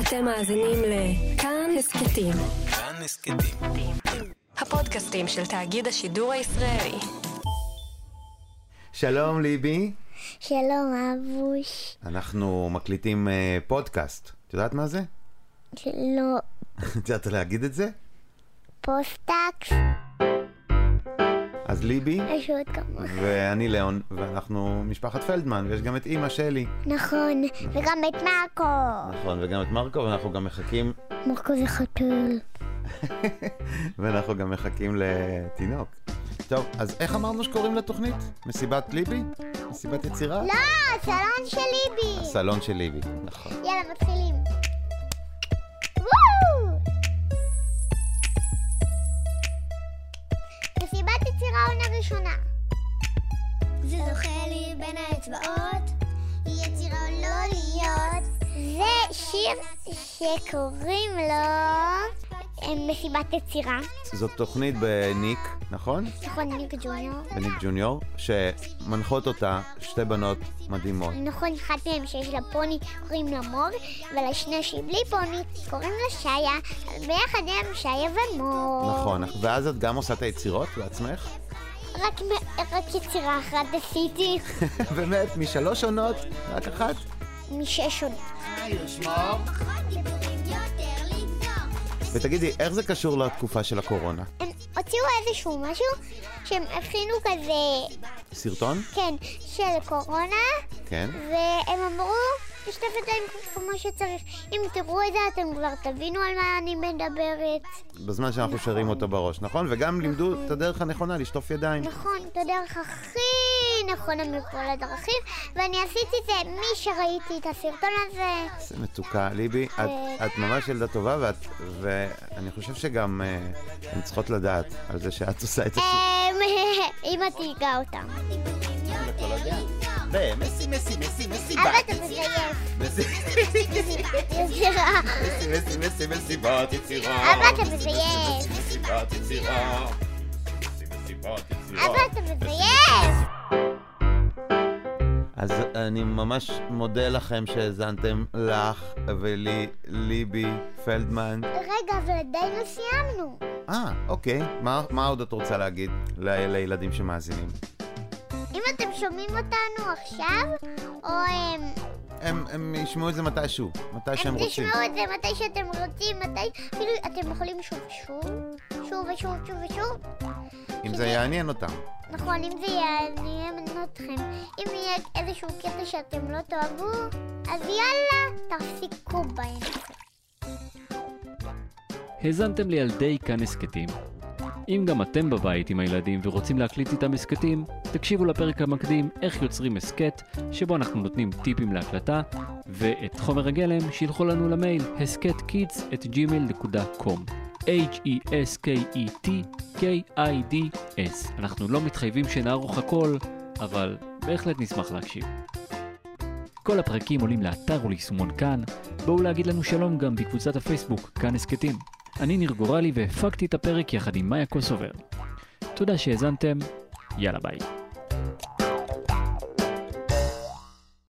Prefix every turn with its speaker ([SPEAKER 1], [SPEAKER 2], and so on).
[SPEAKER 1] אתם מאזינים לכאן הסכתים,
[SPEAKER 2] כאן הסכתים.
[SPEAKER 1] הפודקאסטים של תאגיד השידור הישראלי.
[SPEAKER 3] שלום ליבי,
[SPEAKER 4] שלום אבוש,
[SPEAKER 3] אנחנו מקליטים אה, פודקאסט. את יודעת מה זה?
[SPEAKER 4] לא
[SPEAKER 3] את יודעת להגיד את זה?
[SPEAKER 4] פוסטקס,
[SPEAKER 3] אז ליבי,
[SPEAKER 4] יש עוד כמה.
[SPEAKER 3] ואני ליאון, ואנחנו משפחת פלדמן, ויש גם את אימא שלי.
[SPEAKER 4] נכון, וגם את מרקו.
[SPEAKER 3] נכון, וגם את מרקו, ואנחנו גם מחכים,
[SPEAKER 4] מרקו זה חתול.
[SPEAKER 3] ואנחנו גם מחכים לתינוק. טוב, אז איך אמרנו שקוראים לתוכנית? מסיבת ליבי? מסיבת יצירה?
[SPEAKER 4] לא, סלון של ליבי.
[SPEAKER 3] סלון של ליבי, נכון.
[SPEAKER 4] יאללה, מתחילים. וואו! מסיבת יצירה עונה ראשונה. זה זוכה לי בין האצבעות, יצירה או לא להיות. זה שיר שקוראים לו אה, מסיבת יצירה.
[SPEAKER 3] זאת תוכנית בניק, נכון?
[SPEAKER 4] נכון, ניק ג'וניור.
[SPEAKER 3] בניק ג'וניור, שמנחות אותה שתי בנות מדהימות.
[SPEAKER 4] נכון, אחת מהן שיש לה פוני קוראים לה מור, ולשנייה שהיא בלי פוני קוראים לה שיה, ביחד הם שיה ומור.
[SPEAKER 3] נכון, ואז את גם עושה את היצירות בעצמך?
[SPEAKER 4] רק, מ- רק יצירה אחת עשיתי
[SPEAKER 3] באמת, משלוש עונות, רק אחת?
[SPEAKER 4] משש עונות.
[SPEAKER 3] ותגידי, איך זה קשור לתקופה של הקורונה?
[SPEAKER 4] הם הוציאו איזשהו משהו שהם הבחינו כזה,
[SPEAKER 3] סרטון?
[SPEAKER 4] כן, של קורונה,
[SPEAKER 3] כן.
[SPEAKER 4] והם אמרו, תשטף את זה עם- כמו שצריך. אם תראו את זה אתם כבר תבינו על מה אני מדברת.
[SPEAKER 3] בזמן שאנחנו שרים אותו בראש, נכון? וגם לימדו את הדרך הנכונה לשטוף ידיים.
[SPEAKER 4] נכון, את הדרך הכי נכון נכונה מכל הדרכים, ואני עשיתי את זה מי שראיתי את הסרטון הזה.
[SPEAKER 3] איזה מתוקה, ליבי. את- את ממש ילדה טובה, ואת- ואני חושב שגם אה, הן צריכות לדעת על זה שאת עושה את זה.
[SPEAKER 4] אמ, אמא תהיגה אותם.
[SPEAKER 3] מסי, מסי, מסי, מסי,
[SPEAKER 4] אבל אתה מזייף. יצירה.
[SPEAKER 3] מסי, מסי, מסיבת יצירה.
[SPEAKER 4] אבא, אתה מזייף.
[SPEAKER 3] מסיבת יצירה.
[SPEAKER 4] אבא אתה מזייף.
[SPEAKER 3] אז אני ממש מודה לכם שהאזנתם לך ולי, ליבי פלדמן.
[SPEAKER 4] רגע, אבל עדיין לא סיימנו.
[SPEAKER 3] אה, אוקיי. מה, מה עוד את רוצה להגיד ל- לילדים שמאזינים?
[SPEAKER 4] אם אתם שומעים אותנו עכשיו, או אמ,
[SPEAKER 3] הם, הם ישמעו את זה מתישהו, מתי שהם
[SPEAKER 4] הם
[SPEAKER 3] רוצים.
[SPEAKER 4] תשמעו את זה מתי שאתם רוצים, מתי... אפילו אתם יכולים שוב ושוב, שוב ושוב ושוב ושוב.
[SPEAKER 3] אם זה יעניין אותם.
[SPEAKER 4] נכון, אם זה יעניין אתכם, אם יהיה איזשהו קטע שאתם לא תאהבו, אז יאללה, תפסיקו בהם.
[SPEAKER 5] האזנתם לילדי כאן הסכתים. אם גם אתם בבית עם הילדים ורוצים להקליט איתם הסכתים, תקשיבו לפרק המקדים איך יוצרים הסכת, שבו אנחנו נותנים טיפים להקלטה, ואת חומר הגלם שילחו לנו למייל הסכתkids@gmail.com E H-E-S-K-E-T-K-I-D-S אנחנו לא מתחייבים שנערוך הכל, אבל בהחלט נשמח להקשיב. כל הפרקים עולים לאתר וליישומון כאן, בואו להגיד לנו שלום גם בקבוצת הפייסבוק כאן הסכתים. אני ניר גורלי והפקתי את הפרק יחד עם מאיה קוסובר. תודה שהאזנתם, יאללה ביי.